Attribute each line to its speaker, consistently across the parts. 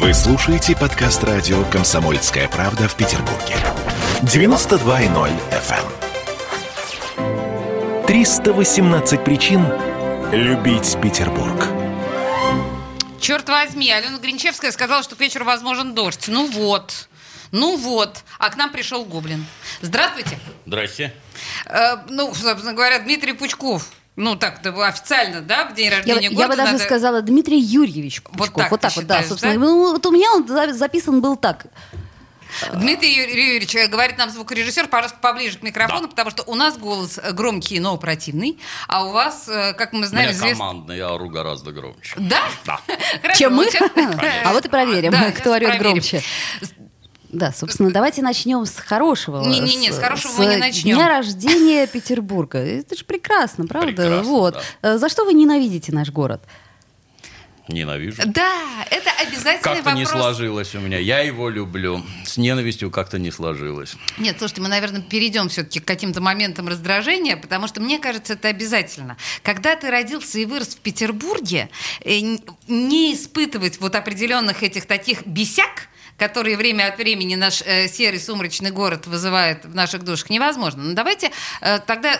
Speaker 1: Вы слушаете подкаст радио «Комсомольская правда» в Петербурге. 92.0 FM. 318 эм. причин любить Петербург.
Speaker 2: Черт возьми, Алена Гринчевская сказала, что к вечеру возможен дождь. Ну вот. Ну вот, а к нам пришел гоблин. Здравствуйте.
Speaker 3: Здрасте.
Speaker 2: Э, ну, собственно говоря, Дмитрий Пучков. Ну, так, да, официально, да, в день
Speaker 4: Я,
Speaker 2: рождения
Speaker 4: бы-
Speaker 2: года
Speaker 4: я бы даже
Speaker 2: надо-
Speaker 4: сказала Дмитрий Юрьевич Пучков.
Speaker 2: Вот так
Speaker 4: вот,
Speaker 2: ты
Speaker 4: так вот, да,
Speaker 2: считаешь,
Speaker 4: собственно.
Speaker 2: да?
Speaker 4: Ну, вот у меня он за- записан был так.
Speaker 2: Дмитрий Юрий- Юрьевич, э, говорит нам звукорежиссер, пожалуйста, поближе к микрофону, потому что у нас голос э, громкий, но противный, а у вас, э, как мы
Speaker 3: У меня
Speaker 2: знаем, извест-
Speaker 3: командный, я ору гораздо громче.
Speaker 2: Да?
Speaker 3: Да.
Speaker 2: Хорошо,
Speaker 4: Чем мы?
Speaker 2: вот сейчас-
Speaker 4: А вот и проверим,
Speaker 2: Ну, Да,
Speaker 4: кто
Speaker 2: сейчас
Speaker 4: орет
Speaker 2: проверим.
Speaker 4: громче. Да, собственно, давайте начнем с хорошего.
Speaker 2: Не-не-не, с хорошего мы не начнем.
Speaker 4: Дня рождения Петербурга. Это же прекрасно, правда?
Speaker 3: Прекрасно,
Speaker 4: вот. Э, За что вы ненавидите наш город?
Speaker 3: Ненавижу.
Speaker 2: Да, это обязательный
Speaker 3: Как-то не
Speaker 2: вопрос.
Speaker 3: сложилось у меня. Я его люблю. С ненавистью как-то не сложилось.
Speaker 2: Нет, слушайте, мы, наверное, перейдем все-таки к каким-то моментам раздражения, потому что, мне кажется, это обязательно. Когда ты родился и вырос в Петербурге, э, н- не испытывать вот определенных этих таких бесяк, которые время от времени наш э, серый сумрачный город вызывает в наших душах, невозможно. Но давайте э, тогда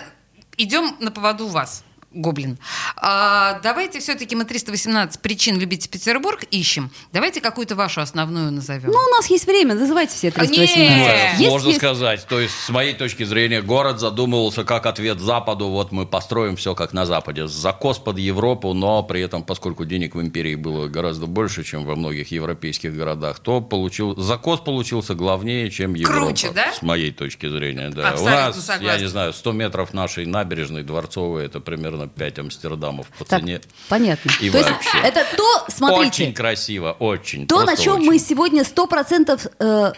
Speaker 2: идем на поводу у вас. Гоблин. А, давайте все-таки мы 318 причин любить Петербург ищем. Давайте какую-то вашу основную назовем.
Speaker 4: Ну, у нас есть время, называйте все 318.
Speaker 2: Нет.
Speaker 4: Э, Есть,
Speaker 3: Можно
Speaker 4: есть.
Speaker 3: сказать. То есть, с моей точки зрения, город задумывался как ответ Западу. Вот мы построим все как на Западе. Закос под Европу, но при этом, поскольку денег в империи было гораздо больше, чем во многих европейских городах, то получил... закос получился главнее, чем Европа.
Speaker 2: Круче, да?
Speaker 3: С моей точки зрения, да. У
Speaker 2: Абсолютно
Speaker 3: нас, я
Speaker 2: согласна.
Speaker 3: не знаю, 100 метров нашей набережной Дворцовой, это примерно 5 Амстердамов по
Speaker 4: Так,
Speaker 3: цене.
Speaker 4: понятно.
Speaker 3: И
Speaker 4: То есть
Speaker 3: вообще.
Speaker 4: это то, смотрите,
Speaker 3: Очень красиво, очень.
Speaker 4: То, на
Speaker 3: просто
Speaker 4: чем
Speaker 3: очень.
Speaker 4: мы сегодня сто процентов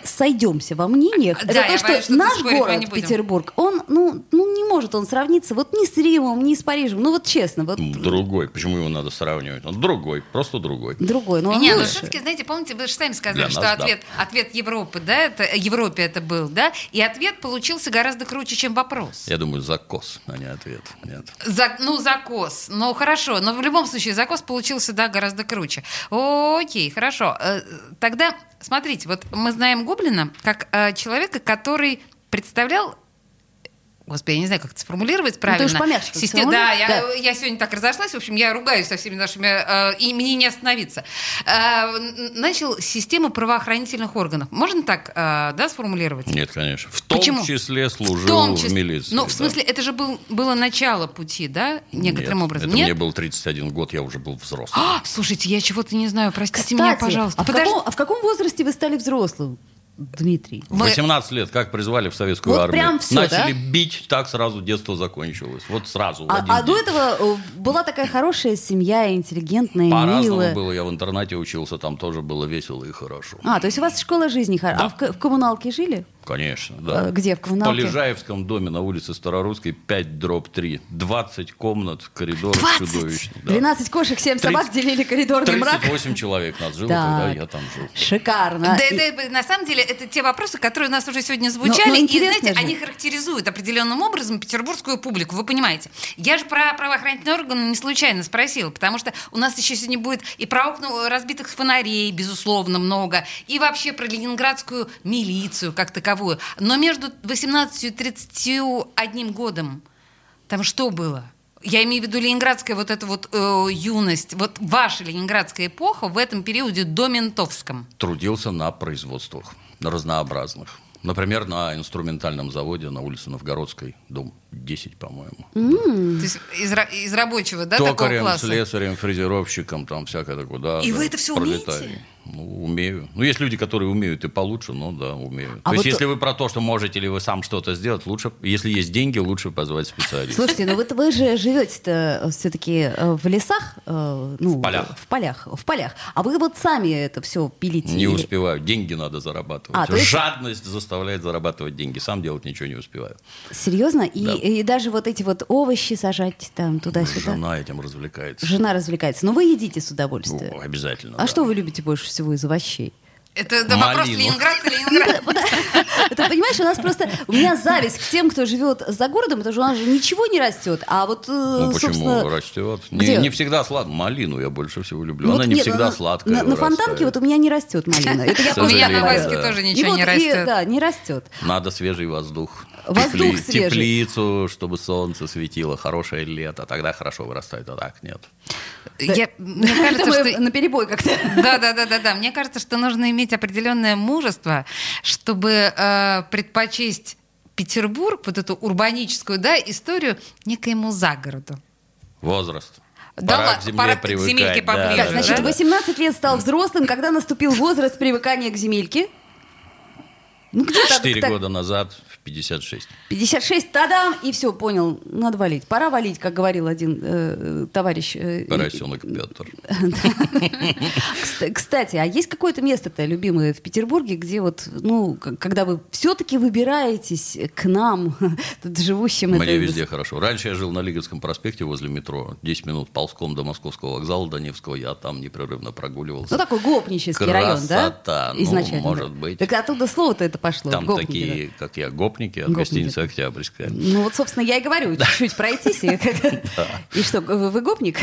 Speaker 4: сойдемся во мнениях,
Speaker 2: Да,
Speaker 4: это
Speaker 2: я
Speaker 4: то, что,
Speaker 2: боюсь, что
Speaker 4: наш
Speaker 2: спорить мы
Speaker 4: город
Speaker 2: не будем.
Speaker 4: Петербург, он, ну, ну, не может он сравниться вот ни с Римом, ни с Парижем, ну вот честно, вот
Speaker 3: Другой. Почему его надо сравнивать? Он другой, просто другой.
Speaker 4: другой, но он
Speaker 2: Не, ну
Speaker 4: а лучше.
Speaker 2: шутки, знаете, помните, вы же сами сказали,
Speaker 3: Для
Speaker 2: что
Speaker 3: нас, да.
Speaker 2: ответ, ответ Европы, да, это э, Европе это был, да, и ответ получился гораздо круче, чем вопрос.
Speaker 3: Я думаю, закос, а не ответ. Нет.
Speaker 2: За- ну, закос. Ну, хорошо. Но в любом случае закос получился, да, гораздо круче. Окей, хорошо. Э, Тогда, смотрите, вот мы знаем Гоблина как э, человека, который представлял Господи, я не знаю, как это сформулировать правильно.
Speaker 4: Ну, ты уж помягче как-то
Speaker 2: Систем- Да, я,
Speaker 4: сформулируй. Да.
Speaker 2: я сегодня так разошлась, в общем, я ругаюсь со всеми нашими, э, и мне не остановиться. Э, н- начал с системы правоохранительных органов. Можно так, э, да, сформулировать?
Speaker 3: Нет, конечно. В
Speaker 2: Почему?
Speaker 3: том числе служил в,
Speaker 2: том числе-
Speaker 3: милиции.
Speaker 2: Ну,
Speaker 3: да.
Speaker 2: в смысле, это же был, было начало пути, да, некоторым
Speaker 3: Нет,
Speaker 2: образом?
Speaker 3: Это
Speaker 2: Нет?
Speaker 3: мне был 31 год, я уже был взрослым.
Speaker 2: А, слушайте, я чего-то не знаю, простите
Speaker 4: Кстати,
Speaker 2: меня, пожалуйста.
Speaker 4: а в,
Speaker 2: Подож-
Speaker 4: каком, а в каком возрасте вы стали взрослым, Дмитрий?
Speaker 3: В
Speaker 2: мы-
Speaker 3: 18 лет, как призвали в советскую
Speaker 4: Вот
Speaker 3: армию.
Speaker 4: прям всё,
Speaker 3: Начали бить, так сразу детство закончилось. Вот сразу. в
Speaker 4: А,
Speaker 3: один
Speaker 4: а до
Speaker 3: день.
Speaker 4: этого э, была такая хорошая семья, интеллигентная,
Speaker 3: По-разному
Speaker 4: милая.
Speaker 3: было. Я в интернате учился, там тоже было весело и хорошо.
Speaker 4: А, то есть у вас школа жизни, хор-
Speaker 3: Да.
Speaker 4: а в, ко- в коммуналке жили?
Speaker 3: Конечно, да.
Speaker 4: Э, Где, в
Speaker 3: По
Speaker 4: коммуналке?
Speaker 3: Лежаевском доме на улице Старорусской 5 дробь 3. 20 комнат, коридор
Speaker 2: 20?
Speaker 3: чудовищный. да.
Speaker 4: 12 кошек, 7 собак делили коридорный мрак.
Speaker 3: 38 человек нас жило,
Speaker 4: Так.
Speaker 3: когда я там жил.
Speaker 4: Шикарно.
Speaker 2: Да,
Speaker 4: И-
Speaker 2: да, на самом деле, это те вопросы, которые у нас уже сегодня
Speaker 4: Но- но
Speaker 2: звучали, и,
Speaker 4: интересно
Speaker 2: знаете,
Speaker 4: же.
Speaker 2: они характеризуют определенным образом петербургскую публику, вы понимаете. Я же про правоохранительные органы не случайно спросила, потому что у нас еще сегодня будет и про окна разбитых фонарей, безусловно, много, и вообще про ленинградскую милицию как таковую. Но между 18 и 31 годом там что было? Я имею в виду ленинградская вот эта вот э, юность, вот ваша ленинградская эпоха в этом периоде до Ментовском.
Speaker 3: Трудился на производствах на разнообразных. Например, на инструментальном заводе на улице Новгородской, дом 10, по-моему.
Speaker 2: То есть из, ра- из рабочего, да, такого
Speaker 3: Токарем,
Speaker 2: класса?
Speaker 3: слесарем, фрезеровщиком, там всякое такое. Да,
Speaker 2: И
Speaker 3: да,
Speaker 2: вы это всё умеете?
Speaker 3: Ну, умею. Ну, есть люди, которые умеют и получше, но да, умею.
Speaker 4: А
Speaker 3: то есть,
Speaker 4: вот-
Speaker 3: если вы про то, что можете ли вы сам что-то сделать, лучше, если есть деньги, лучше позвать специалиста.
Speaker 4: Слушайте, ну вот вы же живете-то все-таки в лесах, э, ну, в
Speaker 3: полях.
Speaker 4: в полях, в полях. А вы вот сами это все пилите?
Speaker 3: Не
Speaker 4: или-
Speaker 3: успеваю. Деньги надо зарабатывать.
Speaker 4: А, то есть-
Speaker 3: Жадность заставляет зарабатывать деньги. Сам делать ничего не успеваю.
Speaker 4: Серьезно? И,
Speaker 3: Да.
Speaker 4: и даже вот эти вот овощи сажать там туда-сюда?
Speaker 3: Жена этим развлекается.
Speaker 4: Жена развлекается. Но вы едите с
Speaker 3: Ну,
Speaker 4: удовольствием.
Speaker 3: обязательно.
Speaker 4: а
Speaker 3: да.
Speaker 4: что вы любите больше всего из овощей?
Speaker 2: Это, это вопрос
Speaker 3: Малину.
Speaker 2: Ленинград и Ленинград.
Speaker 4: Ты понимаешь, у нас просто... У меня зависть к тем, кто живет за городом, потому что у нас же ничего не растет. А вот, э,
Speaker 3: Ну, почему
Speaker 4: собственно...
Speaker 3: растет?
Speaker 4: где?
Speaker 3: Не, не всегда сладкая. Малину я больше всего люблю.
Speaker 4: ну,
Speaker 3: Она
Speaker 4: вот
Speaker 3: не
Speaker 4: нет,
Speaker 3: всегда
Speaker 4: на-
Speaker 3: сладкая.
Speaker 4: На, на
Speaker 3: вырастает.
Speaker 4: фонтанке вот у меня не растет малина. Это я
Speaker 3: К
Speaker 2: У меня
Speaker 4: просто
Speaker 2: на Ваське
Speaker 3: сожалению, да.
Speaker 2: тоже
Speaker 4: И
Speaker 2: ничего
Speaker 4: вот,
Speaker 2: не
Speaker 4: и,
Speaker 2: растет.
Speaker 4: Да, не растет.
Speaker 3: Надо свежий воздух.
Speaker 4: Воздух
Speaker 3: Тепли-
Speaker 4: свежий.
Speaker 3: Теплицу, чтобы солнце светило, хорошее лето. Тогда хорошо вырастает, а так нет.
Speaker 2: Я- Мне кажется,
Speaker 4: Это мы
Speaker 2: что
Speaker 4: на перебой как-то.
Speaker 2: Да, да, да, да, да. Мне кажется, что нужно иметь определенное мужество, чтобы э, предпочесть Петербург, вот эту урбаническую да, историю, некоему загороду.
Speaker 3: Возраст.
Speaker 2: Да
Speaker 3: пора
Speaker 2: ладно,
Speaker 3: к земле
Speaker 2: пора к
Speaker 3: привыкать.
Speaker 2: земельке
Speaker 3: да,
Speaker 2: поближе,
Speaker 3: да,
Speaker 4: Так, значит,
Speaker 3: да.
Speaker 4: 18 лет стал взрослым, когда наступил возраст привыкания к земельке. Ну, где-то
Speaker 3: Четыре
Speaker 4: так-
Speaker 3: года назад, в 56.
Speaker 4: 56, тадам, и все, понял, надо валить. Пора валить, как говорил один э, товарищ. э,
Speaker 3: Поросенок Петр.
Speaker 4: Кста- Кстати, а есть какое-то место-то любимое в Петербурге, где вот, ну, к- когда вы все-таки выбираетесь к нам, тут живущим...
Speaker 3: Мне
Speaker 4: это-
Speaker 3: везде хорошо. Раньше я жил на Лиговском проспекте возле метро. 10 минут ползком до Московского вокзала Донецкого. Я там непрерывно прогуливался.
Speaker 4: Ну, такой гопнический район, да?
Speaker 3: Красота. Ну, может быть.
Speaker 4: Так оттуда слово-то это
Speaker 2: Ну,
Speaker 4: пошло.
Speaker 3: Там
Speaker 4: гопники,
Speaker 3: такие, как я, гопники от
Speaker 4: Гопники.
Speaker 3: гостиницы «Октябрьская».
Speaker 4: да. Ну, вот, собственно, я и говорю, чуть-чуть пройтись. И, и что, вы вы гопник?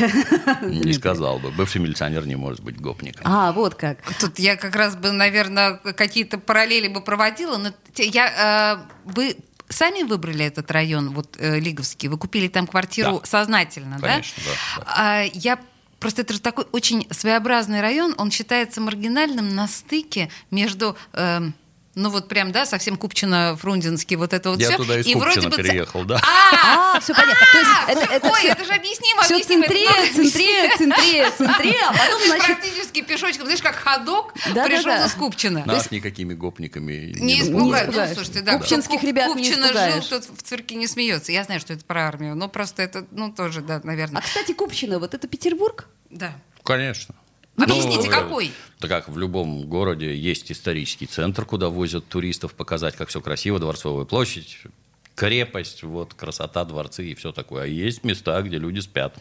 Speaker 3: Не сказал бы. Бывший милиционер не может быть гопником.
Speaker 4: А, вот как.
Speaker 2: Тут я как раз бы, наверное, какие-то параллели бы проводила, но те- я, э, вы сами выбрали этот район, вот э, Лиговский, вы купили там квартиру
Speaker 3: Да.
Speaker 2: сознательно, да?
Speaker 3: Конечно, да,
Speaker 2: А, я Просто это же такой очень своеобразный район, он считается маргинальным на стыке между, эм, ну вот прям, да, совсем Купчино-Фрунзенский, вот это вот
Speaker 3: Я
Speaker 2: все.
Speaker 3: туда из Купчино переехал, да.
Speaker 4: А, все понятно. То есть это, это
Speaker 2: Ой,
Speaker 4: все,
Speaker 2: это же объяснимо,
Speaker 4: все
Speaker 2: объяснимо. это
Speaker 4: центре,
Speaker 2: надо
Speaker 4: центре, центре, центре, а потом,
Speaker 2: Ты
Speaker 4: значит,
Speaker 2: практически пешочком, знаешь, как ходок
Speaker 4: Да-да-да.
Speaker 2: пришел из Купчина.
Speaker 3: Нас никакими гопниками
Speaker 2: А, Не
Speaker 3: напугали.
Speaker 2: испугают. Ну,
Speaker 4: испугаешь.
Speaker 2: слушайте, да.
Speaker 4: Купчинских
Speaker 2: кто
Speaker 4: ребят не
Speaker 2: Купчино
Speaker 4: испугаешь.
Speaker 2: жил, тот в цирке не смеется. Я знаю, что это про армию, но просто это, ну, тоже, да,
Speaker 4: А,
Speaker 2: наверное.
Speaker 4: кстати, Купчино, вот это Петербург?
Speaker 2: Да.
Speaker 3: Ну, Конечно.
Speaker 2: Объясните,
Speaker 3: Ну,
Speaker 2: какой?
Speaker 3: Да как в любом городе есть исторический центр, куда возят туристов показать, как все красиво, Дворцовая площадь, крепость, вот красота, дворцы и все такое. А есть места, где люди спят.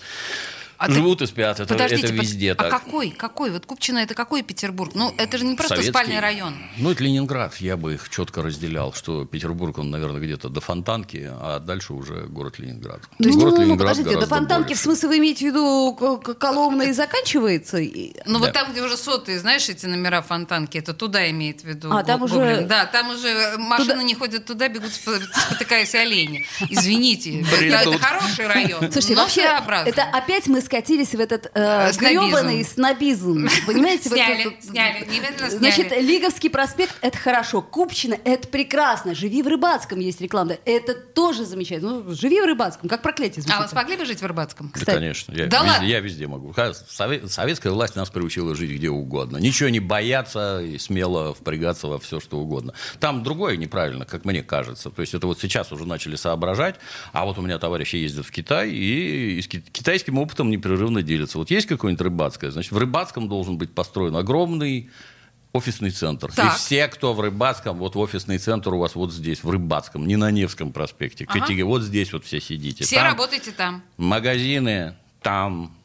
Speaker 2: А ты-
Speaker 3: Живут и спят. Это,
Speaker 2: Подождите,
Speaker 3: это
Speaker 2: под-
Speaker 3: везде
Speaker 2: а
Speaker 3: так.
Speaker 2: какой, какой? Вот Купчино это какой Петербург? Ну, это же не просто
Speaker 3: Советский.
Speaker 2: спальный район.
Speaker 3: Ну, это Ленинград, я бы их четко разделял, что Петербург, он, наверное, где-то до Фонтанки, а дальше уже город Ленинград.
Speaker 4: То есть,
Speaker 3: город
Speaker 4: ну, ну,
Speaker 3: Ленинград
Speaker 4: подождите, до
Speaker 3: гораздо
Speaker 4: фонтанки,
Speaker 3: больше.
Speaker 4: в смысле, вы имеете в виду к- к- Коломна и заканчивается? И-
Speaker 2: Ну,
Speaker 3: Да.
Speaker 2: вот там, где уже сотые, знаешь, эти номера фонтанки, это туда имеет в виду.
Speaker 4: А, там
Speaker 2: Го-
Speaker 4: уже-
Speaker 2: Гоблин. Да, там уже машины не ходят туда, бегут, спо- спотыкаясь олени. Извините, это, это
Speaker 3: Бредут.
Speaker 2: хороший район,
Speaker 4: Слушайте,
Speaker 2: но
Speaker 4: вообще,
Speaker 2: своеобразный.
Speaker 4: это опять мы скатились в этот
Speaker 2: Ну, Э,
Speaker 4: э,
Speaker 2: снобизм.
Speaker 4: грёбаный снобизм. Понимаете? вот
Speaker 2: Сняли,
Speaker 4: этот-
Speaker 2: сняли, немедленно
Speaker 4: Значит,
Speaker 2: сняли.
Speaker 4: Лиговский проспект – это хорошо. Купчино – это прекрасно. «Живи в Рыбацком» есть реклама. Это тоже замечательно. Ну, «Живи в Рыбацком», как проклятие звучит.
Speaker 2: А вы смогли бы жить в Рыбацком?
Speaker 3: Да,
Speaker 4: Кстати.
Speaker 3: конечно. Я,
Speaker 2: Да
Speaker 3: везде,
Speaker 2: ладно?
Speaker 3: я везде могу. Ха- сове- Советская власть нас приучила жить где угодно. Ничего не бояться и смело впрягаться во все, что угодно. Там другое неправильно, как мне кажется. То есть это вот сейчас уже начали соображать. А вот у меня товарищи ездят в Китай и, с ки- китайским опытом непрерывно делятся. Вот есть какое-нибудь рыбацкое, значит, в рыбацком должен быть построен огромный офисный центр.
Speaker 2: Так.
Speaker 3: И все, кто в Рыбацком, вот офисный центр у вас вот здесь, в Рыбацком, не на Невском проспекте.
Speaker 2: Ага.
Speaker 3: Категори- Вот здесь вот все сидите.
Speaker 2: Все
Speaker 3: Там-
Speaker 2: работаете там.
Speaker 3: магазины там,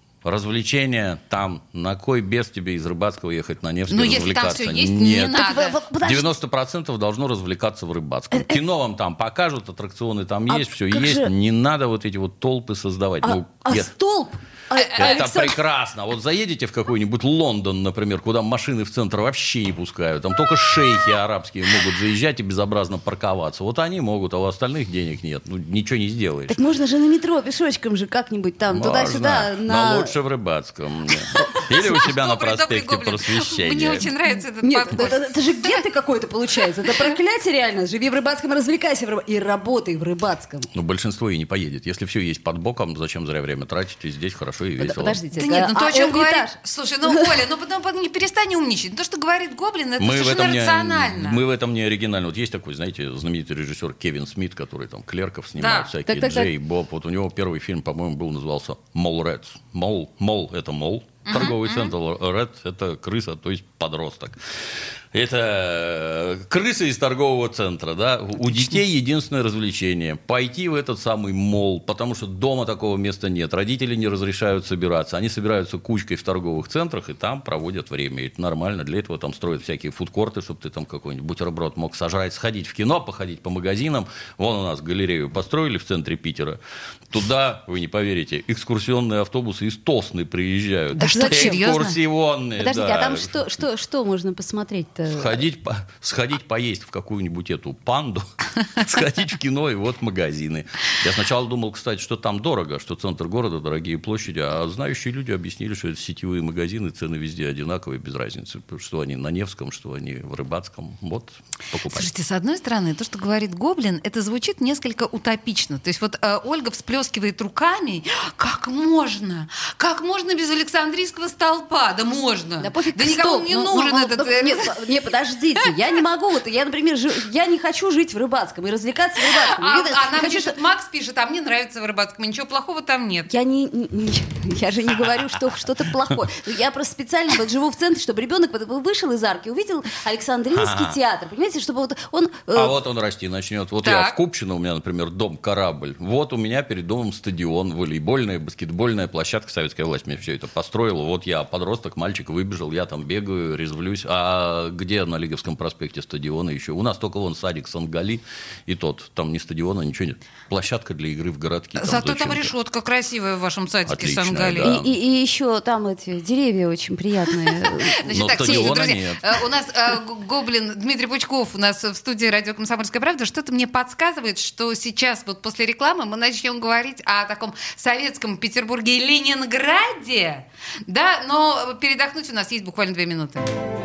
Speaker 3: развлечения там. На кой без тебе из Рыбацкого ехать на Невский
Speaker 2: Ну, если там
Speaker 3: развлекаться?
Speaker 2: все есть, не
Speaker 3: Нет.
Speaker 2: надо.
Speaker 4: Вы- вот подожди, Э,
Speaker 3: 90% должно развлекаться в Рыбацком. Кино вам там покажут, аттракционы там
Speaker 4: А
Speaker 3: есть, все
Speaker 4: как
Speaker 3: есть.
Speaker 4: же-
Speaker 3: Не надо вот эти вот толпы создавать.
Speaker 4: а,
Speaker 3: Ну,
Speaker 4: а
Speaker 3: я-
Speaker 4: столб?
Speaker 2: Э,
Speaker 4: А-
Speaker 3: Это
Speaker 4: Александр-
Speaker 3: прекрасно. Вот заедете в какой-нибудь Лондон, например, куда машины в центр вообще не пускают. Там только шейхи арабские могут заезжать и безобразно парковаться. Вот они могут, а у остальных денег нет. Ну, ничего не сделаешь.
Speaker 4: Так можно же на метро пешочком же как-нибудь там,
Speaker 3: Можно,
Speaker 4: туда-сюда. на-
Speaker 3: Но лучше в Рыбацком. Или у себя на
Speaker 2: А, Добрый, добрый
Speaker 3: проспекте
Speaker 2: гоблин. Мне очень
Speaker 3: Просвещения.
Speaker 2: нравится этот
Speaker 4: Нет, это,
Speaker 2: подход.
Speaker 4: это- это же геты какой-то получается. Это проклятие реально. Живи в Рыбацком, развлекайся в Рыбацком. И работай в Рыбацком.
Speaker 3: Ну, большинство и не поедет. Если все есть под боком, зачем зря время тратить? И здесь хорошо и
Speaker 4: Под-
Speaker 3: весело.
Speaker 4: Подождите.
Speaker 2: Да нет, ну то,
Speaker 4: а
Speaker 2: о чем
Speaker 4: Эльга
Speaker 2: говорит...
Speaker 4: Этаж?
Speaker 2: Слушай, ну, Оля, ну потом потом не перестань умничать. То, что говорит Гоблин, это
Speaker 3: Мы в, этом
Speaker 2: совершенно
Speaker 3: не,
Speaker 2: рационально.
Speaker 3: мы в этом не оригинально. Вот есть такой, знаете, знаменитый режиссер Кевин Смит, который там клерков снимал,
Speaker 2: Да.
Speaker 3: всякие
Speaker 4: Так, так, так.
Speaker 3: Джей, Боб. Вот у него первый фильм, по-моему, был, назывался «Мол Рэдс». «Мол» — «Мол» — это «Мол», торговый центр, «Рэд» — это крыса, то есть подросток. Это э, крысы из торгового центра, да. У детей единственное развлечение – пойти в этот самый мол, потому что дома такого места нет. Родители не разрешают собираться. Они собираются кучкой в торговых центрах и там проводят время. И это нормально. Для этого там строят всякие фудкорты, чтобы ты там какой-нибудь бутерброд мог сажать, сходить в кино, походить по магазинам. Вон у нас галерею построили в центре Питера. Туда, вы не поверите, экскурсионные автобусы из Тосны приезжают.
Speaker 2: Да что, серьезно?
Speaker 3: Экскурсионные,
Speaker 4: Подождите,
Speaker 3: Э, да.
Speaker 4: а там что, что, что можно посмотреть-то?
Speaker 3: Сходить, по- сходить поесть в какую-нибудь эту панду, сходить в кино и вот магазины. Я сначала думал, кстати, что там дорого, что центр города, дорогие площади, а знающие люди объяснили, что это сетевые магазины, цены везде одинаковые, без разницы, что они на Невском, что они в Рыбацком. Вот, покупать.
Speaker 2: Слушайте, с одной стороны, то, что говорит Гоблин, это звучит несколько утопично. То есть вот э, Ольга всплескивает руками, как можно? Как можно без Александрийского столпа? А. Да можно.
Speaker 4: Да пофиг,
Speaker 2: никому
Speaker 4: стол.
Speaker 2: не
Speaker 4: Ну, ну,
Speaker 2: нужен
Speaker 4: ну,
Speaker 2: этот...
Speaker 4: ну,
Speaker 2: э,
Speaker 4: не, по- не, подождите, я не могу. Вот я, например, жи- я не хочу жить в Рыбацком и развлекаться в Рыбацком.
Speaker 2: А,
Speaker 4: Я не
Speaker 2: а нам
Speaker 4: хочу,
Speaker 2: пишет, Макс пишет, а мне нравится в Рыбацком, ничего плохого там нет.
Speaker 4: Я не, не- не- я же не говорю, что что-то плохое. Но Я просто специально вот живу в центре, чтобы ребенок вот вышел из арки, увидел Александрийский
Speaker 3: Ага.
Speaker 4: театр, понимаете, чтобы вот он э,
Speaker 3: А вот он расти начнет. Вот я
Speaker 2: Так.
Speaker 3: в Купчино, у меня, например, дом «Корабль». Вот у меня перед домом стадион, волейбольная, баскетбольная площадка. Советская власть мне все это построила. Вот я подросток, мальчик, выбежал, я там бегаю, резвлюсь. А где на Лиговском проспекте стадионы еще? У нас только вон садик Сангали и тот. Там ни стадиона, ничего нет. Площадка для игры в городке.
Speaker 2: Зато там
Speaker 3: зачем-то.
Speaker 2: решетка красивая в вашем садике
Speaker 3: Отличная,
Speaker 2: Сангали.
Speaker 3: да.
Speaker 4: и, и еще там эти деревья очень приятные.
Speaker 2: Значит,
Speaker 3: Но
Speaker 2: так, слушайте,
Speaker 3: стадиона
Speaker 2: друзья,
Speaker 3: нет.
Speaker 2: э, у нас э, г- гоблин Дмитрий Пучков у нас в студии радио «Комсомольская правда». Что-то мне подсказывает, что сейчас вот после рекламы мы начнем говорить о таком советском Петербурге и Ленинграде, да, но передохнуть у нас есть буквально две минуты.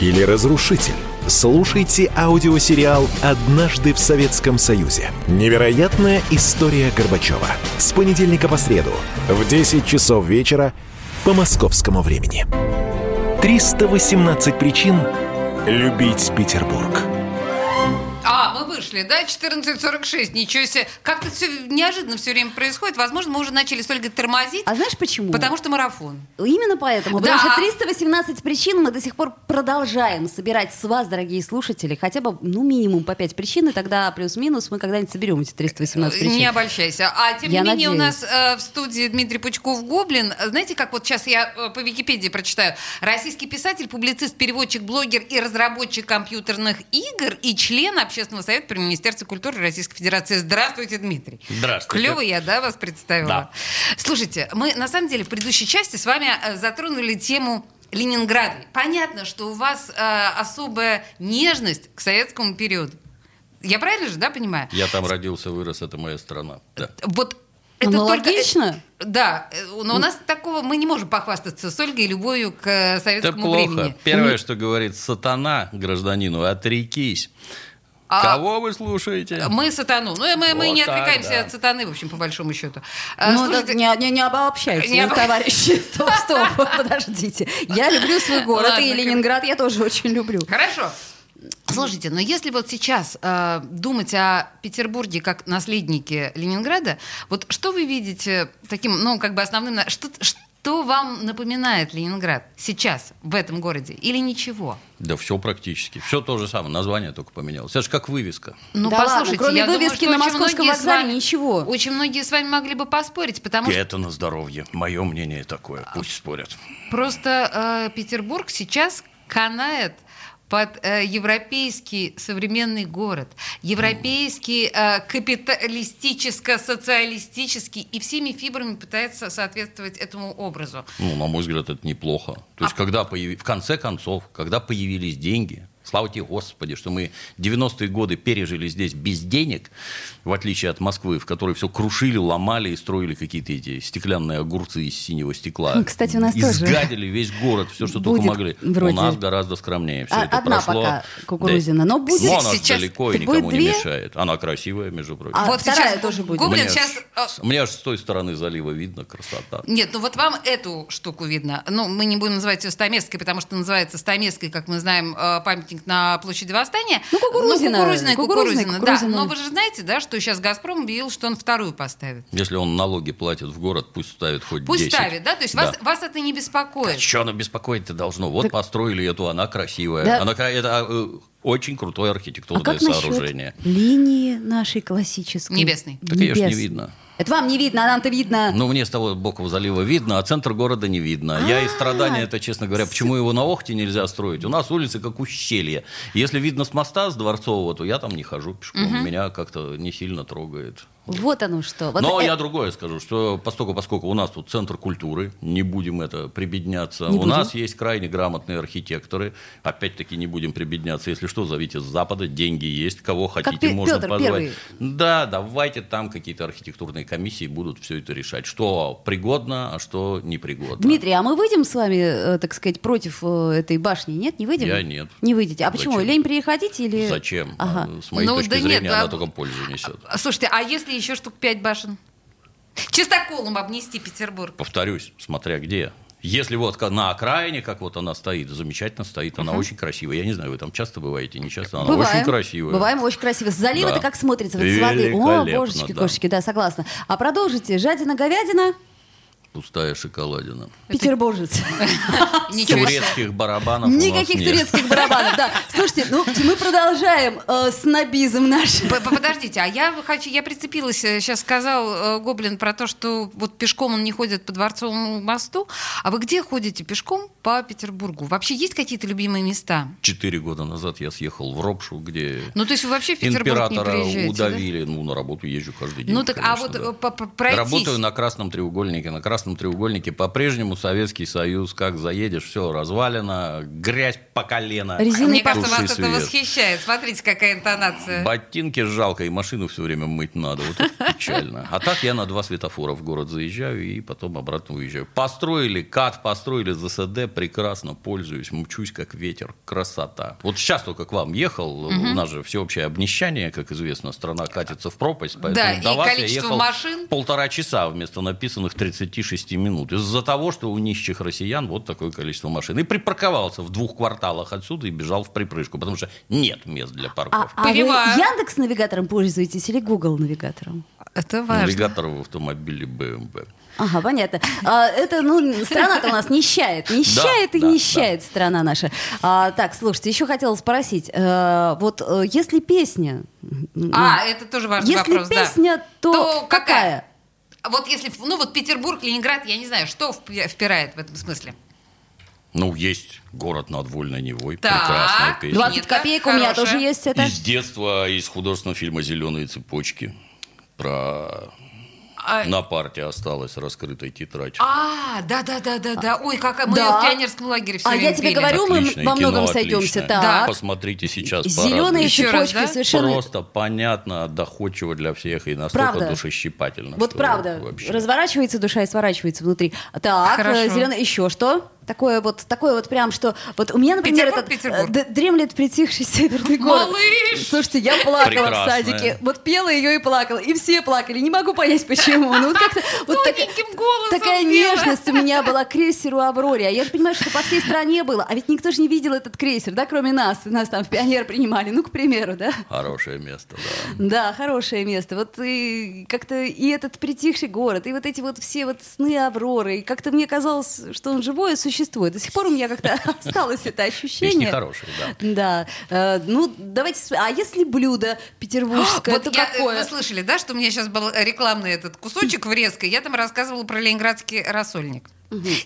Speaker 5: или разрушитель? Слушайте аудиосериал «Однажды в Советском Союзе». Невероятная история Горбачева. С понедельника по среду в 10 часов вечера по московскому времени. 318 причин любить Петербург.
Speaker 2: А, мы вышли, да, 14.46, ничего себе. Как-то все неожиданно все время происходит. Возможно, мы уже начали с Ольгой тормозить,
Speaker 4: А знаешь почему?
Speaker 2: потому что марафон.
Speaker 4: Именно поэтому,
Speaker 2: Да.
Speaker 4: потому что 318 причин мы до сих пор продолжаем собирать с вас, дорогие слушатели, хотя бы, ну, минимум по 5 причин, и тогда плюс-минус мы когда-нибудь соберем эти 318 причин.
Speaker 2: Не обольщайся. А тем
Speaker 4: Я
Speaker 2: не менее
Speaker 4: надеюсь.
Speaker 2: у нас э, в студии Дмитрий Пучков Гоблин. Э, Знаете, как вот сейчас я э, по Википедии прочитаю. Российский писатель, публицист, переводчик, блогер и разработчик компьютерных игр и член Общественного совета при Министерстве культуры Российской Федерации. Здравствуйте, Дмитрий.
Speaker 3: Здравствуйте.
Speaker 2: Клево я, да, вас представила?
Speaker 3: Да.
Speaker 2: Слушайте, мы на самом деле в предыдущей части с вами э, затронули тему Ленинграда. Понятно, что у вас э, особая нежность к советскому периоду. Я правильно же, да, понимаю?
Speaker 3: Я там родился, вырос, это моя страна. Да.
Speaker 2: Вот это
Speaker 4: Оно
Speaker 2: только...
Speaker 4: Ну, логично?
Speaker 2: э, Да, э, но у нас такого мы не можем похвастаться с Ольгой и любовью к э,
Speaker 3: Это
Speaker 2: советскому
Speaker 3: плохо.
Speaker 2: времени.
Speaker 3: Первое, что говорит сатана гражданину, отрекись.
Speaker 2: А-
Speaker 3: Кого вы слушаете?
Speaker 2: Мы сатану. Ну, и мы, мы
Speaker 3: Вот
Speaker 2: не
Speaker 3: так,
Speaker 2: отвлекаемся
Speaker 3: да.
Speaker 2: от сатаны, в общем, по большому счету. А,
Speaker 4: Ну,
Speaker 2: слушайте,
Speaker 4: да, не, не, не обобщайте,
Speaker 2: Не
Speaker 4: ну,
Speaker 2: обо-
Speaker 4: товарищи. Стоп, стоп, подождите. Я люблю свой город,
Speaker 2: Ладно,
Speaker 4: и
Speaker 2: как-
Speaker 4: Ленинград я тоже очень люблю.
Speaker 2: Хорошо. Слушайте, но если вот сейчас э, думать о Петербурге как наследнике Ленинграда, вот что вы видите таким, ну, как бы основным, на- что, что вам напоминает Ленинград сейчас в этом городе или ничего?
Speaker 3: Да все практически. Все то же самое. Название только поменялось. Это же как вывеска.
Speaker 2: Ну,
Speaker 4: Да
Speaker 2: послушайте,
Speaker 4: ладно, кроме
Speaker 2: я думаю,
Speaker 4: вывески
Speaker 2: что
Speaker 4: на
Speaker 2: очень
Speaker 4: Московском
Speaker 2: многие с
Speaker 4: вокзале
Speaker 2: вами-
Speaker 4: ничего.
Speaker 2: Очень многие с вами могли бы поспорить, потому что
Speaker 3: Это на здоровье. Мое мнение такое. Пусть спорят.
Speaker 2: просто э, Петербург сейчас канает под э, европейский современный город, европейский э, капиталистическо-социалистический и всеми фибрами пытается соответствовать этому образу.
Speaker 4: А.
Speaker 3: Ну, на мой взгляд, это неплохо. То есть, когда появи- в конце концов, когда появились деньги, Слава тебе, Господи, что мы 90-е годы пережили здесь без денег, в отличие от Москвы, в которой все крушили, ломали и строили какие-то эти стеклянные огурцы из синего стекла.
Speaker 4: Кстати, у нас тоже.
Speaker 3: Изгадили весь город, все, что
Speaker 4: Будет
Speaker 3: только могли.
Speaker 4: вроде.
Speaker 3: У нас гораздо скромнее все
Speaker 4: А-
Speaker 3: это
Speaker 4: одна
Speaker 3: прошло.
Speaker 4: пока кукурузина, но будет
Speaker 3: Но она ж
Speaker 2: сейчас-
Speaker 3: далеко и
Speaker 4: так будет
Speaker 3: никому не
Speaker 4: две?
Speaker 3: мешает. Она красивая, между прочим.
Speaker 4: А
Speaker 2: вот
Speaker 4: вторая
Speaker 2: сейчас
Speaker 4: тоже будет.
Speaker 2: Гоблин
Speaker 3: Мне
Speaker 2: сейчас... а,
Speaker 3: ж- Мне аж с той стороны залива видно красота.
Speaker 2: Нет, ну вот вам эту штуку видно. Ну, мы не будем называть ее Стамесской, потому что называется Стамесской, как мы знаем, э, памятник на площади Восстания.
Speaker 4: Ну, Кукурузина,
Speaker 2: Ну, кукурузина,
Speaker 4: Кукурузина,
Speaker 2: кукурузина, да.
Speaker 4: Кукурузина.
Speaker 2: Но вы же знаете, да, что сейчас «Газпром» объявил, что он вторую поставит.
Speaker 3: Если он налоги платит в город, пусть ставит хоть
Speaker 2: Пусть
Speaker 3: 10.
Speaker 2: ставит, да? То есть вас, вас это не беспокоит.
Speaker 3: Что оно беспокоить-то должно? Вот построили эту, она красивая.
Speaker 4: Да.
Speaker 3: Она, кра- это э, очень крутое архитектурное
Speaker 4: А как
Speaker 3: сооружение.
Speaker 4: насчет линии нашей классической?
Speaker 2: Небесной.
Speaker 3: Так её ж не
Speaker 4: Небесной.
Speaker 3: видно.
Speaker 4: Это вам не видно, а нам-то видно.
Speaker 3: Ну, мне с того бокового залива видно, а центр города не видно. Я
Speaker 4: А.
Speaker 3: и страдания, это, честно говоря, почему его на Охте нельзя строить? У нас улицы как ущелье. Если видно с моста, с Дворцового, то я там не хожу пешком. Меня как-то не сильно трогает.
Speaker 4: вот оно что. Вот
Speaker 3: Но
Speaker 4: э-
Speaker 3: я другое скажу, что поскольку, поскольку у нас тут центр культуры, не будем это прибедняться.
Speaker 4: Не
Speaker 3: у
Speaker 4: будем.
Speaker 3: нас есть крайне грамотные архитекторы. Опять-таки не будем прибедняться. Если что, зовите с Запада, деньги есть, кого хотите,
Speaker 4: Пе-
Speaker 3: можно
Speaker 4: Петр
Speaker 3: позвать.
Speaker 4: Первый.
Speaker 3: Да, давайте там какие-то архитектурные комиссии будут все это решать. Что пригодно, а что непригодно.
Speaker 4: Дмитрий, а мы выйдем с вами, э, так сказать, против э, этой башни? Нет, не выйдем?
Speaker 3: Я нет.
Speaker 4: Не выйдете. А почему?
Speaker 3: Зачем?
Speaker 4: Лень переходить или...
Speaker 3: Зачем?
Speaker 4: Ага.
Speaker 3: А, С моей
Speaker 2: Ну,
Speaker 3: точки
Speaker 2: да нет,
Speaker 3: зрения, она
Speaker 2: да.
Speaker 3: только пользу несет.
Speaker 2: А, Слушайте, а если еще штук пять башен? Чистоколом обнести Петербург.
Speaker 3: повторюсь, смотря где. Если вот ка- на окраине, как вот она стоит, замечательно стоит, она очень красивая. Я не знаю, вы там часто бываете, не часто, она
Speaker 4: Бываем.
Speaker 3: очень красивая.
Speaker 4: Бываем очень красиво. С залива-то
Speaker 3: Да.
Speaker 4: как смотрится вот с воды. О,
Speaker 3: Великолепно,
Speaker 4: божечки,
Speaker 3: да.
Speaker 4: кошечки, да, согласна. А продолжите. Жадина-говядина,
Speaker 3: Пустая шоколадина.
Speaker 4: петербуржец.
Speaker 2: Ничего себе.
Speaker 3: Турецких барабанов у нас
Speaker 4: Никаких
Speaker 3: нет.
Speaker 4: турецких барабанов, да. Слушайте, ну мы продолжаем э, снобизм наш.
Speaker 2: П- п- Подождите, а я хочу, я прицепилась, сейчас сказал э, Гоблин про то, что вот пешком он не ходит по Дворцовому мосту, а вы где ходите пешком по Петербургу? Вообще есть какие-то любимые места?
Speaker 3: Четыре года назад я съехал в Ропшу, где
Speaker 2: Ну, то есть вы вообще в Петербург не
Speaker 3: императора
Speaker 2: приезжаете, да?
Speaker 3: удавили. Ну, на работу езжу каждый день.
Speaker 2: Ну так, а
Speaker 3: конечно,
Speaker 2: вот
Speaker 3: да.
Speaker 2: э, по- по- пройтись...
Speaker 3: Работаю на Красном Треугольнике. На Красном Треугольнике по-прежнему Советский Союз. Как заедешь, все развалено, грязь по колено.
Speaker 4: Резина
Speaker 2: Мне
Speaker 4: Зиной
Speaker 2: кажется, вас
Speaker 3: Туши
Speaker 2: это
Speaker 3: свет.
Speaker 2: восхищает. Смотрите, какая интонация.
Speaker 3: Ботинки жалко, и машину все время мыть надо. Вот это печально. А так я на два светофора в город заезжаю и потом обратно уезжаю. Построили КАТ, построили ЗСД, прекрасно пользуюсь, мчусь как ветер. Красота. Вот сейчас только к вам ехал, у нас же всеобщее обнищание, как известно, страна катится в пропасть, поэтому
Speaker 2: Да, и
Speaker 3: до вас я
Speaker 2: количество
Speaker 3: ехал
Speaker 2: машин.
Speaker 3: полтора часа вместо написанных 36 минут. Из-за того, что у нищих россиян вот такое количество машин. И припарковался в двух кварталах отсюда и бежал в припрыжку, потому что нет мест для
Speaker 4: А,
Speaker 3: парковки.
Speaker 4: а вы
Speaker 2: Понимаю.
Speaker 4: Яндекс навигатором пользуетесь или Google навигатором?
Speaker 2: Это
Speaker 3: Навигатор в автомобиле BMW.
Speaker 4: Ага, понятно. А, это, ну, страна-то у нас нищает. Нищает
Speaker 3: Да,
Speaker 4: и
Speaker 3: да,
Speaker 4: нищает страна наша. А, так, слушайте, еще хотела спросить. э, вот э, если песня... м,
Speaker 2: А, это тоже важный
Speaker 4: Если
Speaker 2: вопрос, да.
Speaker 4: песня, то, какая?
Speaker 2: Вот если, ну вот Петербург, Ленинград, я не знаю, что впи- впирает в этом смысле.
Speaker 3: Ну, есть город над Вольной Невой.
Speaker 2: Так.
Speaker 3: Прекрасная песня.
Speaker 4: 20
Speaker 2: Нет,
Speaker 4: копеек у меня
Speaker 2: хорошая.
Speaker 4: тоже есть это.
Speaker 3: Из детства, из художественного фильма «Зеленые цепочки». Про...
Speaker 2: А,
Speaker 3: На парте осталась раскрытой тетрадь.
Speaker 2: а, да, да, да, да, да. Ой, какая мы
Speaker 4: Да.
Speaker 2: в пионерском лагере все
Speaker 4: А я
Speaker 2: время
Speaker 4: тебе
Speaker 2: пели.
Speaker 4: говорю, мы
Speaker 3: Отличное
Speaker 4: во многом
Speaker 3: кино,
Speaker 4: сойдемся.
Speaker 3: отличное.
Speaker 4: Так.
Speaker 3: Посмотрите сейчас.
Speaker 4: Зеленые
Speaker 3: порадуйтесь.
Speaker 2: Еще раз,
Speaker 4: цепочки
Speaker 2: да?
Speaker 4: совершенно...
Speaker 3: Просто понятно, доходчиво для всех и настолько
Speaker 4: Правда.
Speaker 3: душещипательно.
Speaker 4: Вот
Speaker 3: что
Speaker 4: правда,
Speaker 3: вообще.
Speaker 4: разворачивается душа и сворачивается внутри. Так,
Speaker 2: Хорошо.
Speaker 4: зеленый, еще что? Такое вот, такое вот прям, что... Вот у меня, например,
Speaker 2: Петербург,
Speaker 4: этот
Speaker 2: Петербург.
Speaker 4: э, д- дремлет притихший северный город.
Speaker 2: Малыш!
Speaker 4: Слушайте, я плакала в
Speaker 3: Прекрасная.
Speaker 4: садике. Вот пела ее и плакала. И все плакали. Не могу понять, почему. Ну, вот как-то... Вот так-
Speaker 2: Тоненьким голосом
Speaker 4: Такая
Speaker 2: пела.
Speaker 4: нежность у меня была к крейсеру «Аврория». Я же понимаю, что по всей стране было. А ведь никто же не видел этот крейсер, да, кроме нас. Нас там в пионер принимали. Ну, к примеру, да?
Speaker 3: Хорошее место, да.
Speaker 4: Да, хорошее место. Вот и как-то и этот притихший город, и вот эти вот все вот сны Авроры. И как-то мне казалось, что он живое существует. До сих пор у меня как-то осталось это
Speaker 3: Песни
Speaker 4: ощущение.
Speaker 3: хорошие, да.
Speaker 4: Да. Э, ну, давайте... с- А если блюдо петербургское, то
Speaker 2: Вот я, э,
Speaker 4: какое?
Speaker 2: вы слышали, да, что у меня сейчас был рекламный этот кусочек врезка, я там рассказывала про ленинградский рассольник.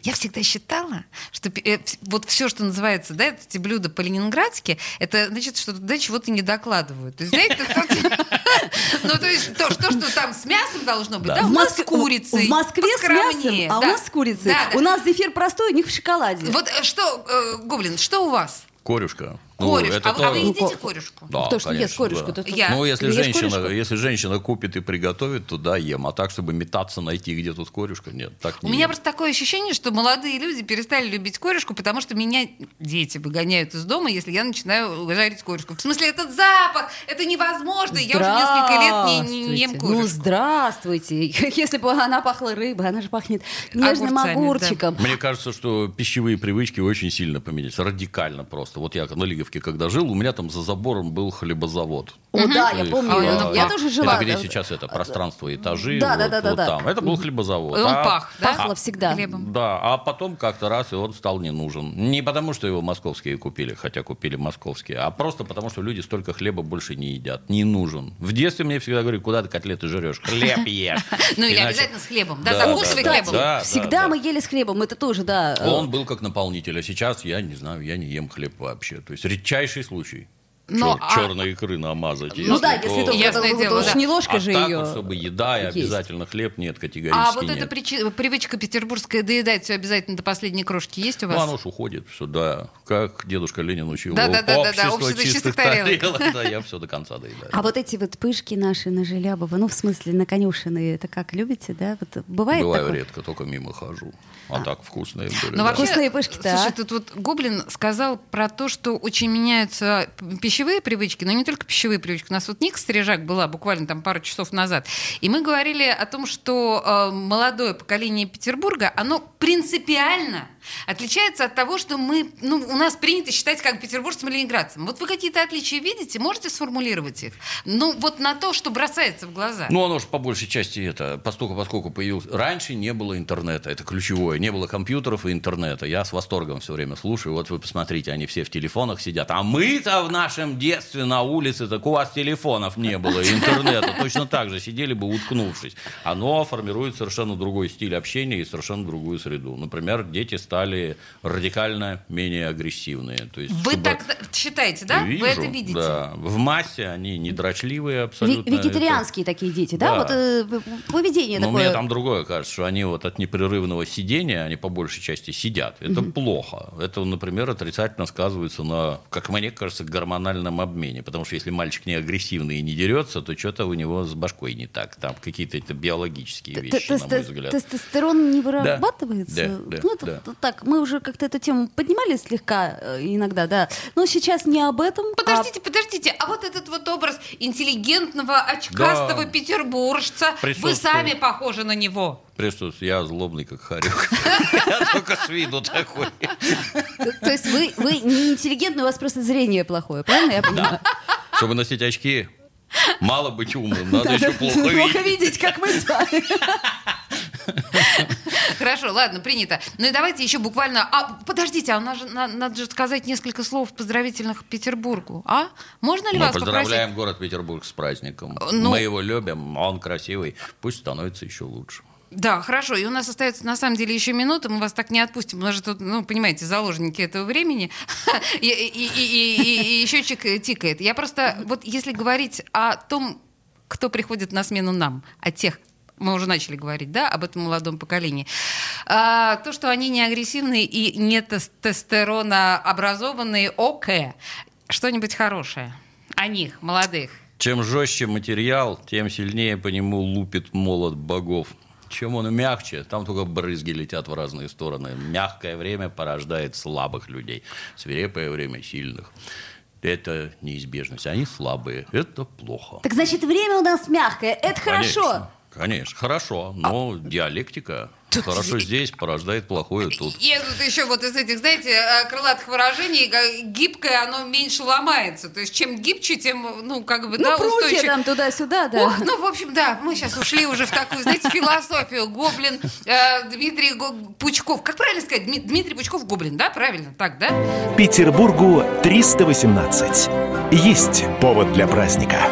Speaker 2: Я всегда считала, что пе- э, вс- вот все, что называется, да, эти блюда по-ленинградски, это значит, что туда чего-то не докладывают. То есть, да, это что-то- Ну, то есть, то, что, что там с мясом должно быть, да, у нас с
Speaker 4: Моск-
Speaker 2: курицей.
Speaker 4: В Москве с мясом,
Speaker 2: поскромнее,
Speaker 4: а у
Speaker 2: да.
Speaker 4: нас с курицей.
Speaker 2: Да, да.
Speaker 4: У нас зефир простой, у них в шоколаде.
Speaker 2: Вот э, что, э, Гоблин, что у вас?
Speaker 3: Корюшка. Ну,
Speaker 2: Кореш.
Speaker 3: это
Speaker 2: а, вы-
Speaker 3: то-
Speaker 2: а вы едите
Speaker 4: Ну, ко-
Speaker 2: корешку?
Speaker 3: Да,
Speaker 4: Кто ж не
Speaker 3: конечно,
Speaker 4: ест корешку?
Speaker 3: да.
Speaker 4: Тут-
Speaker 2: Я.
Speaker 3: Ну, если
Speaker 4: Ты ешь
Speaker 3: женщина,
Speaker 4: корешку?
Speaker 3: если женщина купит и приготовит, то да, ем. А так, чтобы метаться, найти, где тут корюшка, нет, так
Speaker 2: У
Speaker 3: не
Speaker 2: меня
Speaker 3: ем.
Speaker 2: просто такое ощущение, что молодые люди перестали любить корешку, потому что меня дети выгоняют из дома, если я начинаю жарить корешку. В смысле, этот запах, это невозможно. Я уже несколько лет не, не- не ем
Speaker 4: Здравствуйте. Ну,
Speaker 2: корешку.
Speaker 4: здравствуйте. Если бы она пахла рыбой, она же пахнет нежным
Speaker 2: Огурцами,
Speaker 4: огурчиком.
Speaker 3: Мне кажется, что пищевые привычки очень сильно поменялись, радикально просто. Вот я на Лиговке когда жил, у меня там за забором был хлебозавод.
Speaker 4: О, да, я
Speaker 3: Их,
Speaker 4: помню.
Speaker 2: А,
Speaker 3: э,
Speaker 2: ну,
Speaker 4: я
Speaker 3: а,
Speaker 4: тоже жила. э,
Speaker 3: Это где сейчас это пространство, этажи,
Speaker 4: Да,
Speaker 3: вот,
Speaker 4: да, да, да,
Speaker 3: вот
Speaker 4: да.
Speaker 3: там. Это был хлебозавод.
Speaker 2: И он
Speaker 3: А-
Speaker 2: пах, да?
Speaker 4: Пахло всегда.
Speaker 2: Хлебом.
Speaker 3: Да, а потом как-то раз и он стал не нужен. Не потому, что его московские купили, хотя купили московские, а просто потому, что люди столько хлеба больше не едят. Не нужен. В детстве мне всегда говорили, куда ты котлеты жрешь? Хлеб ешь.
Speaker 2: Ну, или
Speaker 3: Иначе-
Speaker 2: обязательно с хлебом. Да,
Speaker 3: Да,
Speaker 2: закусывай
Speaker 3: да,
Speaker 2: хлебом.
Speaker 3: да.
Speaker 4: Всегда мы ели с хлебом, это тоже, да. э,
Speaker 3: Он был как наполнитель, а сейчас я не знаю, я не ем хлеб вообще. То есть редчайший случай.
Speaker 2: Но,
Speaker 3: Чер-
Speaker 2: а-
Speaker 3: Черной икры намазать.
Speaker 4: Ну да, если
Speaker 2: то-
Speaker 4: только
Speaker 2: Ясное
Speaker 4: потому,
Speaker 2: дело,
Speaker 4: потому что
Speaker 2: да.
Speaker 4: не ложка
Speaker 3: а
Speaker 4: же
Speaker 3: так
Speaker 4: ее.
Speaker 3: вот, чтобы еда и
Speaker 4: есть.
Speaker 3: обязательно хлеб, нет, категорически
Speaker 2: А вот эта
Speaker 3: нет.
Speaker 2: причи- привычка петербургская доедать все обязательно до последней крошки есть у
Speaker 3: Ну,
Speaker 2: вас?
Speaker 3: оно ж уходит все, да. Как дедушка Ленин учил.
Speaker 2: Да-да-да-да-да,
Speaker 3: Общество,
Speaker 2: общество
Speaker 3: чистых,
Speaker 2: чистых тарелок.
Speaker 3: тарелок. Да, я все до конца доедаю.
Speaker 4: А вот эти вот пышки наши на Желябова, ну, в смысле, на конюшины, это как, любите, да? Вот бывает
Speaker 3: Бываю
Speaker 4: такое?
Speaker 3: редко, только мимо хожу. А, так вкусные были.
Speaker 2: Но
Speaker 3: да.
Speaker 2: Ну, вообще,
Speaker 4: Вкусные пышки-то,
Speaker 2: слушай,
Speaker 4: а?
Speaker 2: тут вот Гоблин сказал про то, что очень меняются пищевые привычки, но не только пищевые привычки. У нас вот Ник Стрижак была буквально там пару часов назад, и мы говорили о том, что э, молодое поколение Петербурга, оно принципиально отличается от того, что мы, ну, у нас принято считать как петербуржцам и ленинградцам. Вот вы какие-то отличия видите, можете сформулировать их? Ну, вот на то, что бросается в глаза.
Speaker 3: Ну, оно же по большей части это, поскольку, поскольку появился... Раньше не было интернета, это ключевое. Не было компьютеров и интернета. Я с восторгом все время слушаю. Вот вы посмотрите, они все в телефонах сидят. А мы-то в нашем детстве на улице, так у вас телефонов не было, и интернета. Точно так же сидели бы, уткнувшись. Оно формирует совершенно другой стиль общения и совершенно другую среду. Например, дети стали радикально менее агрессивные. То есть,
Speaker 2: Вы
Speaker 3: чтобы-
Speaker 2: так считаете, да?
Speaker 3: Вижу,
Speaker 2: вы это видите?
Speaker 3: Да. В массе они недрочливые
Speaker 4: Ви-
Speaker 3: абсолютно. Это-
Speaker 4: Вегетарианские такие дети, да?
Speaker 3: Да.
Speaker 4: Вот э, п- поведение
Speaker 3: но
Speaker 4: такое.
Speaker 3: мне там другое кажется, что они вот от непрерывного сидения, они по большей части сидят. Это плохо. Это, например, отрицательно сказывается на, как мне кажется, гормональном обмене. Потому что если мальчик не агрессивный и не дерется, то что-то у него с башкой не так. Там какие-то это биологические
Speaker 4: Т-
Speaker 3: вещи, на мой
Speaker 4: тесто-
Speaker 3: взгляд.
Speaker 4: Тестостерон не вырабатывается.
Speaker 3: Да, да,
Speaker 4: ну, это
Speaker 3: да.
Speaker 4: т- так, мы уже как-то эту тему поднимали слегка э, иногда, да. Но сейчас не об этом. а-
Speaker 2: Подождите, подождите, а вот этот вот образ интеллигентного, очкастого
Speaker 3: Да.
Speaker 2: петербуржца, вы
Speaker 3: Присутствует.
Speaker 2: сами похожи на него.
Speaker 3: Прежде всего, я злобный, как хорек. Я только с виду такой.
Speaker 4: То, то есть вы, вы не интеллигентны, у вас просто зрение плохое, правильно я понимаю?
Speaker 3: Чтобы носить очки, мало быть умным, надо еще плохо видеть.
Speaker 4: как мы с вами.
Speaker 2: Хорошо, ладно, принято. Ну и давайте еще буквально... А, подождите, а у нас же, на- надо же сказать несколько слов поздравительных Петербургу, а? Можно ли
Speaker 3: Мы
Speaker 2: вас попросить?
Speaker 3: поздравляем город Петербург с праздником.
Speaker 2: ну-
Speaker 3: Мы его любим, он красивый. Пусть становится еще лучше.
Speaker 2: Да, хорошо. И у нас остается на самом деле еще минута. Мы вас так не отпустим. У нас же тут, ну, понимаете, заложники этого времени. И, еще чек э, тикает. Я просто, вот если говорить о том, кто приходит на смену нам, о тех, мы уже начали говорить, да, об этом молодом поколении. А, то, что они не агрессивные и не тестостерона образованные, окей. Что-нибудь хорошее о них, молодых.
Speaker 3: Чем жестче материал, тем сильнее по нему лупит молот богов. Чем он мягче, там только брызги летят в разные стороны. Мягкое время порождает слабых людей. Свирепое время сильных. Это неизбежность. Они слабые. Это плохо.
Speaker 4: Так значит, время у нас мягкое, это хорошо.
Speaker 3: Конечно, конечно. Хорошо. Но диалектика хорошо здесь порождает плохое тут.
Speaker 2: Я тут еще вот из этих, знаете, э, крылатых выражений, га- гибкое оно меньше ломается. То есть чем гибче, тем, ну, как бы, да,
Speaker 4: Ну, прутья
Speaker 2: устойчивее.
Speaker 4: там туда-сюда, да.
Speaker 2: Ох, ну, в общем, да, мы сейчас ушли уже в такую, знаете, философию. Гоблин, э, Дмитрий Го- Пучков. Как правильно сказать? Дми- Дмитрий Пучков, Гоблин, да? Правильно, так, да?
Speaker 1: Петербургу 318. Есть повод для праздника.